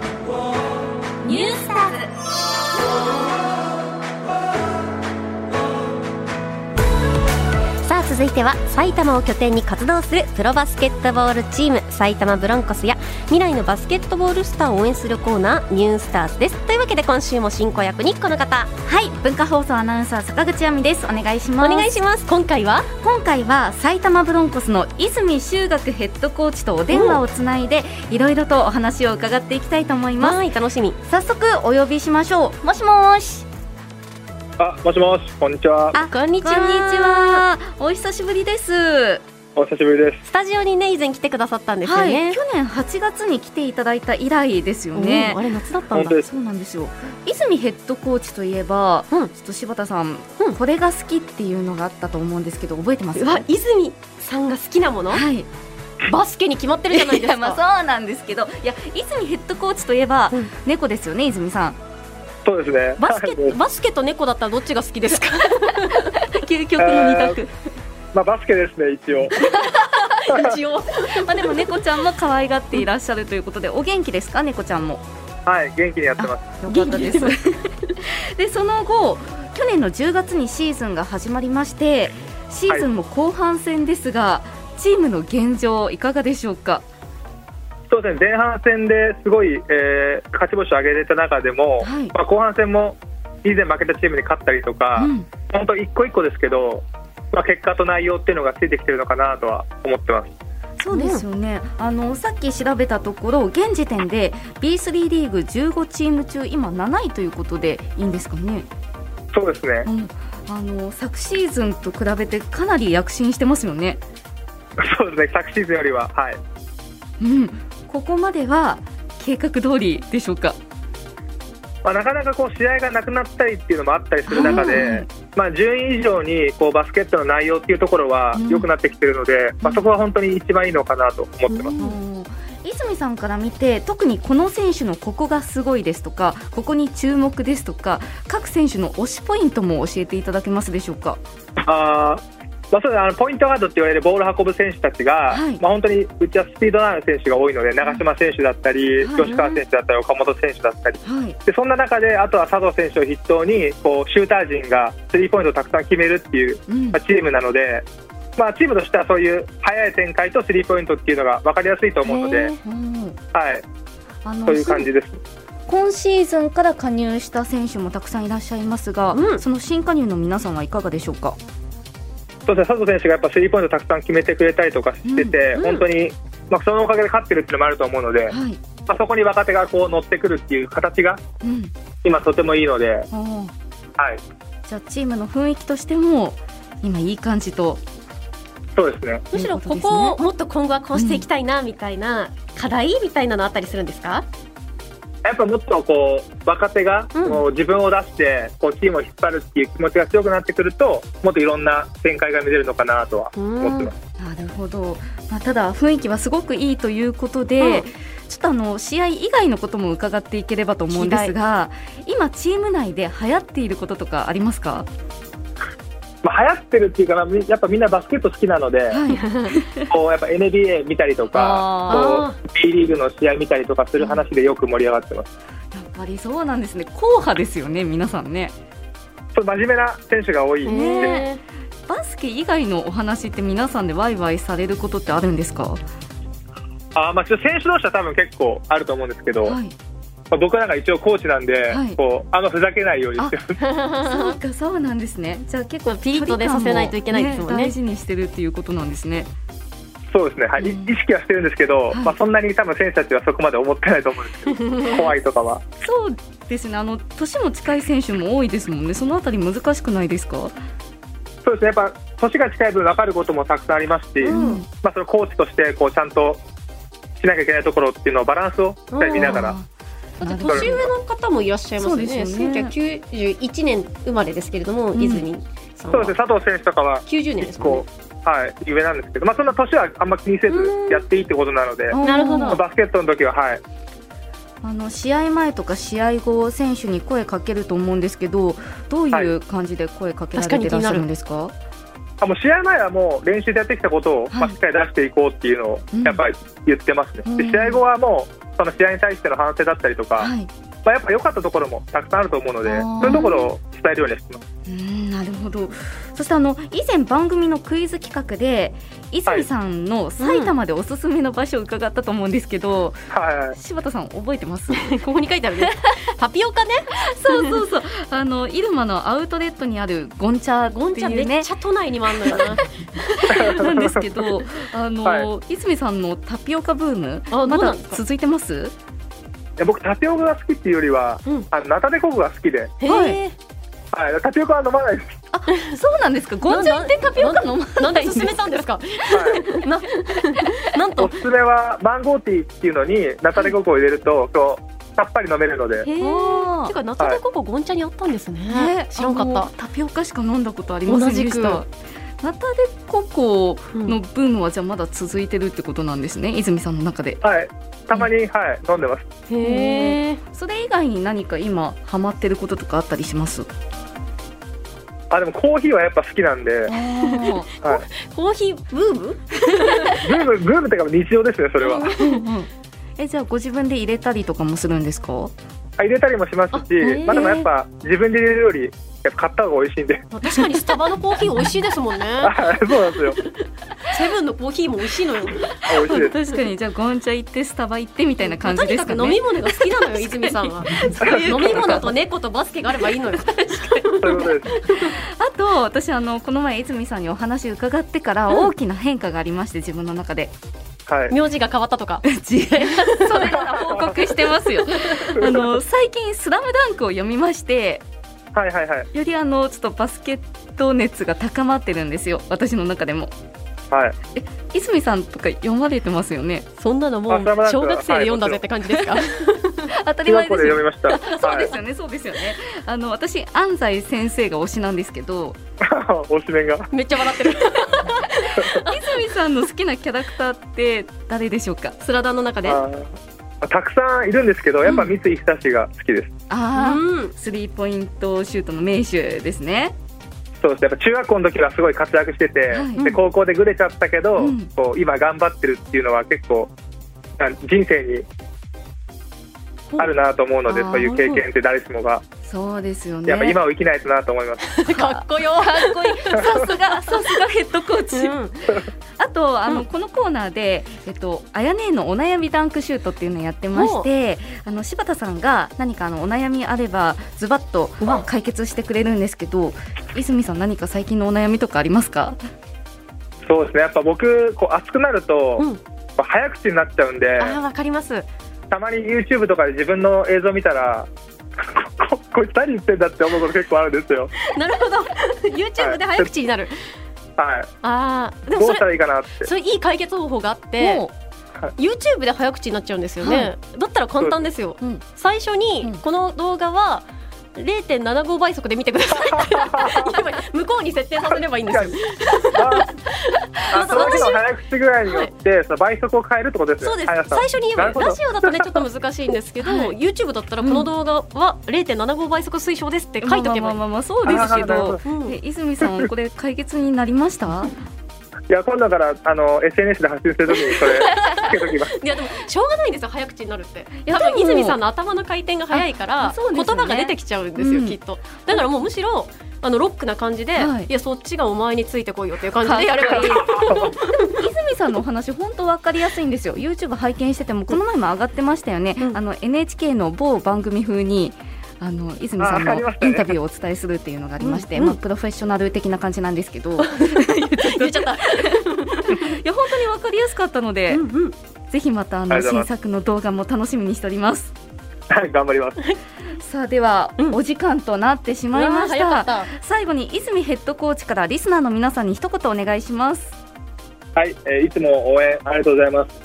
ニュースターズさあ続いては埼玉を拠点に活動するプロバスケットボールチーム埼玉ブロンコスや未来のバスケットボールスターを応援するコーナーニュースターズですというわけで今週も進行役にこのは方い文化放送アナウンサー坂口亜美ですお願いしおます願いします今回は今回は埼玉ブロンコスの泉修学ヘッドコーチとお電話をつないでいろいろとお話を伺っていきたいと思います、はい楽しみ早速お呼びしましょうもしもーしあ、もしもし、こんにちは。あこんにちこんはにちはお久しぶりですお久しぶりです。スタジオにね以前来てくださったんですよはい、ね、去年8月に来ていただいた以来ですよねおーあれ夏だったん本だ当です。そうなんですよ泉ヘッドコーチといえば、うんちょっと柴田さん、うんこれが好きっていうのがあったと思うんですけど覚えてますうわ泉さんが好きな ものはいバスケに決まってるじゃないですやまあかそうなんですけどいや泉ヘッドコーチといえば、うん猫ですよね泉さんそうですね。バス ケはいバスケと猫だったらどっちが好 きですか究極の二択まあ、バスケですね、一応。 一応まあでも猫ちゃんも可愛がっていらっしゃるということでお元気ですか猫ちゃんもはい、元気にやってます。よかったです元 でその後去年の10月にシーズンが始まりましてシーズンも後半戦ですが、チームの現状いかがでしょうかそうですね、前半戦ですごい、えー勝ち星を上げれた中でも、はいまあ、後半戦も。以前負けたチームに勝ったりとか、うん本当一個一個ですけど。まあ、結果と内容っていうのがついてきてるのかなとは思ってます。そうですよね、あのさっき調べたところ現時点で B3 リーグ15チーム中今7位ということでいいんですかね、そうですねう。ん、あの昨シーズンと比べてかなり躍進してますよね、 そうですね、昨シーズンよりは、はい。うん、ここまでは計画通りでしょうかまあ、なかなかこう試合がなくなったりっていうのもあったりする中で、はいまあ、順位以上にこうバスケットの内容っていうところはうん良くなってきてるので、まあ、そこは本当に一番いいのかなと思ってます、うん泉さんから見て特にこの選手のここがすごいですとかここに注目ですとか各選手の推しポイントも教えていただけますでしょうか。あーまあ、そうだあのポイントガードって言われるボールを運ぶ選手たちが、はいまあ、本当にうちはスピードのある選手が多いので長嶋選手だったり、はい吉川選手だったり岡本選手だったりはい、でそんな中であとは佐藤選手を筆頭にこうシューター陣がスリーポイントをたくさん決めるっていううんまあチームなので、まあ、チームとしてはそういう速い展開とスリーポイントっていうのが分かりやすいと思うので、へーうんはい、あのそういう感じです。今シーズンから加入した選手もたくさんいらっしゃいますが、うんその新加入の皆さんはいかがでしょうか。そうですね佐藤選手がやっぱスリーポイントたくさん決めてくれたりとかしてて、うんうん本当に、まあ、そのおかげで勝ってるっていうのもあると思うので、はい、まあ、そこに若手がこう乗ってくるっていう形がうん、今、とてもいいので、はおーい、じゃあチームの雰囲気としても今いい感じと。そうですね。むしろここをもっと今後はこうしていきたいなみたいな課題みたいなのあったりするんですかやっぱもっとこう若手がうんこう自分を出してこうチームを引っ張るっていう気持ちが強くなってくるともっといろんな展開が見れるのかなとは思ってます。なるほど、まあ、ただ雰囲気はすごくいいということで、うんちょっとあの試合以外のことも伺っていければと思うんですが今チーム内で流行っていることとかありますか、まあ、流行ってるっていうか、まあみやっぱみんなバスケット好きなので、 はい、こうやっぱ NBA 見たりとあか、こう B リーグの試合見たりとかする話でよく盛り上がってます。やっぱりそうなんですね硬派ですよね皆さんねそう真面目な選手が多いですね。ねバスケ以外のお話って皆さんでワイワイされることってあるんですか、あーまあちょっと選手同士は多分結構あると思うんですけど、はい、まあ僕なんか一応コーチなんで、はいこうあんまふざけないようにしてます。そうかそうなんですねじゃあ結構ピリッとねさせないといけないですもんね大事にしてるっていうことなんですねそうですね、はい、いうん意識はしてるんですけど、いまあ、そんなに多分選手たちはそこまで思ってないと思うんですけ ど、怖いとかは。そうですねあの年も近い選手も多いですもんねそのあたり難しくないですかそうですね、やっぱ年が近い分分かることもたくさんありますし、うんまあ、そのコーチとしてこうちゃんとしなきゃいけないところっていうのをバランスをしっかり見ながら。だって年上の方もいらっしゃいますよねそうです1991年生まれですけれども、うんディズニーさんそうはですね、佐藤選手とかは90年で一すもん個、はい、上なんですけど、まあ、そんな年はあんま気にせずやっていいってことなので、なるほどまあバスケットの時は、はい、あの試合前とか試合後選手に声かけると思うんですけどどういう感じで声かけられてらっしゃるんですか,、あもう試合前はもう練習でやってきたことを、はいまあ、しっかり出していこうっていうのをうんやっぱり言ってますね、うんで試合後はもう、まその試合に対しての反省だったりとか、はい、まあ、やっぱ良かったところもたくさんあると思うのであーそういうところを伝えるようにはしてますうんなるほどそしてあの以前番組のクイズ企画で泉さんの埼玉でおすすめの場所を伺ったと思うんですけど、はい柴田さん覚えてますここに書いてある ねタピオカね そうそうそうあの入間のアウトレットにあるゴンチャゴンってちゃんいめうっねちゃ都内にもあんのよ ななんですけどあの、は泉さんのタピオカブームまあどうなだんですか続いてますいや僕タピオカが好きっていうよりは、うんあのナタデココが好きで、へはいえはい、タピオカは飲まないです、そうなんですかゴンチャってタピオカ飲まなんないでんです勧めたんですかはい、ななんおとすすめはマンゴーティーっていうのにナタデココを入れるとこうさっぱり飲めるのでへおえーてか夏でここゴンちゃんにあったんですね、ね知らんかっあのたタピオカしか飲んだことありませんでし同たナタデココのブームはじゃあまだ続いてるってことなんですね、泉さんの中ではいたまに、はい飲んでますへえそれ以外に何か今ハマってることとかあったりしますあでもコーヒーはやっぱ好きなんで、はい、コーヒーブームブームブームっていうか日常ですねそれは えじゃあご自分で入れたりとかもするんですかあ入れたりもしますあへしーまあでもやっぱ自分で入れるよりやっぱ買った方が美味しいん で確かにスタバのコーヒー美味しいですもんねあそうなんですよセブンのコーヒーも美味しいのよあ美味 しいです確かにじゃあゴンチャ行ってスタバ行ってみたいな感とじにですかくか飲ねみ物が好きなのよ泉さんは飲み物と猫とバスケがあればいいのよそういうことですあと私あのこの前泉さんにお話伺ってから大きな変化がありまして自分の中で はい名字が変わったとか違うそれなら報告してますよあの最近「スラムダンクを読みましてはいはいはいよりあのちょっとバスケット熱が高まってるんですよ私の中でもはい泉さんとか読まれてますよねそんなのもう小学生で読んだぜって感じですか当たり中前で学校すでよ読みまし たそうはでいすよね、そうですよね。あの私安西先生が推しなんですけど、 おしめが めっちゃ笑ってる泉さんの好きなキャラクターって誰でしょうか。スラダンの中であーたくさんいるんですけどやっぱ三井久志が好きです、あうあ、んスリーポイントシュートの名手ですね。そうですやっぱ中学校の時はすごい活躍してて、はいで高校でぐれちゃったけど、うんこう今頑張ってるっていうのは結構あ人生にあるなと思うのであーそういう経験って誰しもが、そうですよね。やっぱ今を生きないとなと思います、かっこよかっこいい。さす が、さすがヘッドコーチ。あとあの、うんこのコーナーで、えっと、あやねえのお悩みダンクシュートっていうのをやってましてあの柴田さんが何かあのお悩みあればズバッと解決してくれるんですけど泉さん何か最近のお悩みとかありますかそうですねやっぱ僕こう熱くなると、うんこう早口になっちゃうんであーわかりますたまに YouTube とかで自分の映像見たらこここいつ何言ってんだって思うこと結構あるんですよなるほど YouTube で早口になるはあーでいもどそうしたれらいいかなってそれいい解決方法があっても YouTube で早口になっちゃうんですよね、はだったら簡単ですよ、う、うん、最初にうんこの動画は0.75倍速で見てください やばい向こうに設定させればいいん ですよああその時の早口具合によって、その倍速を変えるってことですねそうです速さを最初に言えばなるほどラジオだとねちょっと難しいんですけど、はい YouTube だったらこの動画は0.75倍速推奨ですって書いとけばいい、まあまあまあまあそうですけあなるほどどうんえ泉さんこれ解決になりましたいや今度からあの SNS で発信するときにそれつけと きます。いやでもしょうがないんですよ早口になるっていやで多も分泉さんの頭の回転が早いから、あそうです言よね葉が出てきちゃうんですよ、うんきっとだからもうむしろあのロックな感じで、はいい、やそっちがお前についてこいよっていう感じでやればいい泉さんのお話本当わかりやすいんですよ YouTube 拝見しててもこの前も上がってましたよね、うんあの NHK の某番組風にあの泉さんあのありましたイねンタビューをお伝えするっていうのがありましてうんまあ、プロフェッショナル的な感じなんですけどい 言っちゃったや本当にわかりやすかったので、うんうんぜひまたああのりがと新うございます作の動画も楽しみにしておりますはい頑張ります。さあでは、うんお時間となってしまいましうわーた早かっ最後に泉ヘッドコーチからリスナーの皆さんに一言お願いしますはい、えーいつも応援ありがとうございます。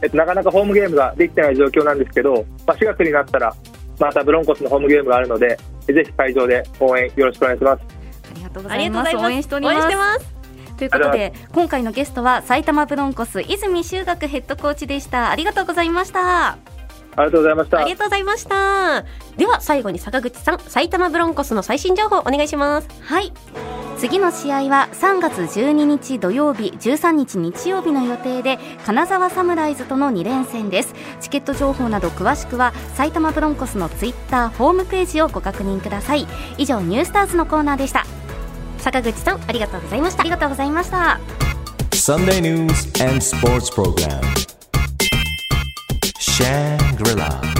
えっとなかなかホームゲームができてない状況なんですけど、まあ4月になったらまたブロンコスのホームゲームがあるので、えぜひ会場で応援よろしくお願いします。ありがとうごたざいます応援しており応ま援しすてますということで今回のゲストは埼玉ブロンコス泉修学ヘッドコーチでしたありがとうございましたありがとうございました。ありがとうございましたでは最後に坂口さん埼玉ブロンコスの最新情報お願いしますはい次の試合は3月12日土曜日13日日曜日の予定で金沢サムライズとの2連戦ですチケット情報など詳しくは埼玉ブロンコスのツイッターホームページをご確認ください以上ニュースターズのコーナーでした坂口さんありがとうございましたありがとうございました Sunday news and sports program. Shangri-La.